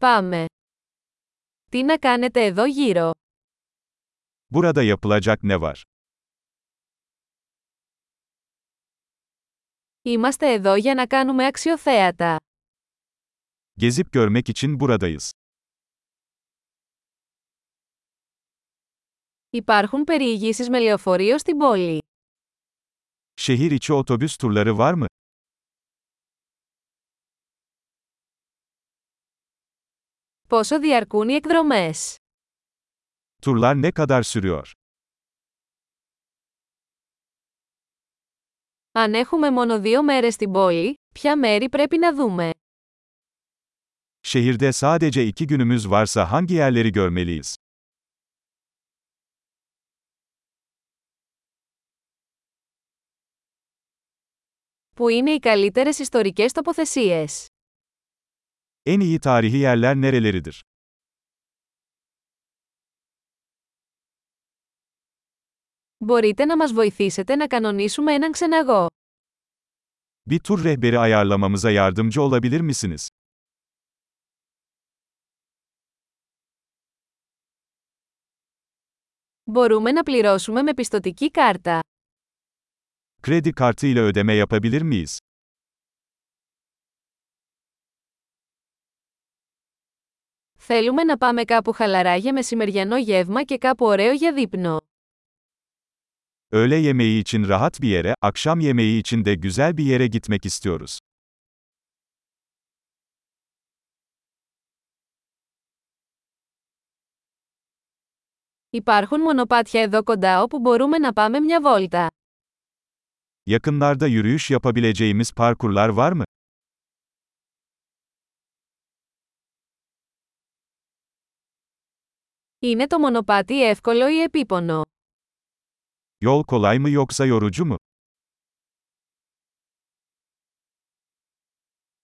Πάμε. Τι να κάνετε εδώ γύρω. Burada yapılacak ne var? Είμαστε εδώ για να κάνουμε αξιοθέατα. Gezip görmek için buradayız. Υπάρχουν περιηγήσεις με λεωφορείο στην πόλη. Şehir içi otobüs turları var mı? Πόσο διαρκούν οι εκδρομές. Turlar ne kadar sürüyor? Αν έχουμε μόνο δύο μέρες στην πόλη, ποια μέρη πρέπει να δούμε. Şehirde sadece iki günümüz varsa hangi yerleri görmeliyiz? Πού είναι οι καλύτερες ιστορικές τοποθεσίες. En iyi tarihi yerler nereleridir? Μπορείτε να μας βοηθήσετε να κανονίσουμε έναν ξεναγό. Bir tur rehberi ayarlamamıza yardımcı olabilir misiniz? Μπορούμε να πληρώσουμε με πιστοτική κάρτα. Kredi kartı ile ödeme yapabilir miyiz? Θέλουμε να πάμε κάπου χαλαρά για μεσημεριανό γεύμα και κάπου ωραίο για δείπνο. Öğle yemeği için rahat bir yere, akşam yemeği için de güzel bir yere gitmek istiyoruz. Υπάρχουν μονοπάτια εδώ κοντά όπου μπορούμε να πάμε μια βόλτα. Yakınlarda yürüyüş yapabileceğimiz parkurlar var mı? Είναι το μονοπάτι εύκολο ή επίπονο. Yol kolay mı yoksa yorucu mu?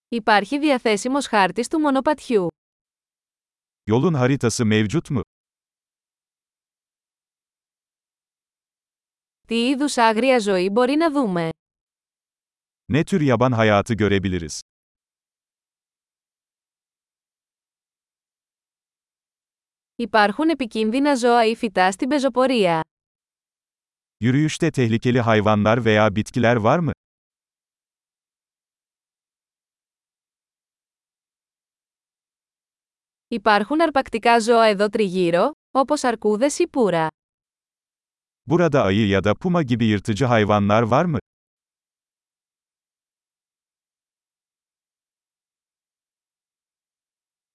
Υπάρχει διαθέσιμος χάρτης του μονοπατιού. Yolun haritası mevcut mu? Τι είδους άγρια ζωή μπορεί να δούμε. Ne tür yaban hayatı görebiliriz? Υπάρχουν επικίνδυνα ζώα ή φυτά στην πεζοπορία. Yürüyüşte tehlikeli hayvanlar veya bitkiler var mı? Υπάρχουν αρπακτικά ζώα εδώ τριγύρω, όπως αρκούδες ή πουρα. Burada ayı ya da puma gibi yırtıcı hayvanlar var mı?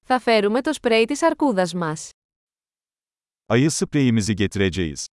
Θα φέρουμε το σπρέι της αρκούδας μας. Ayı spreyimizi getireceğiz.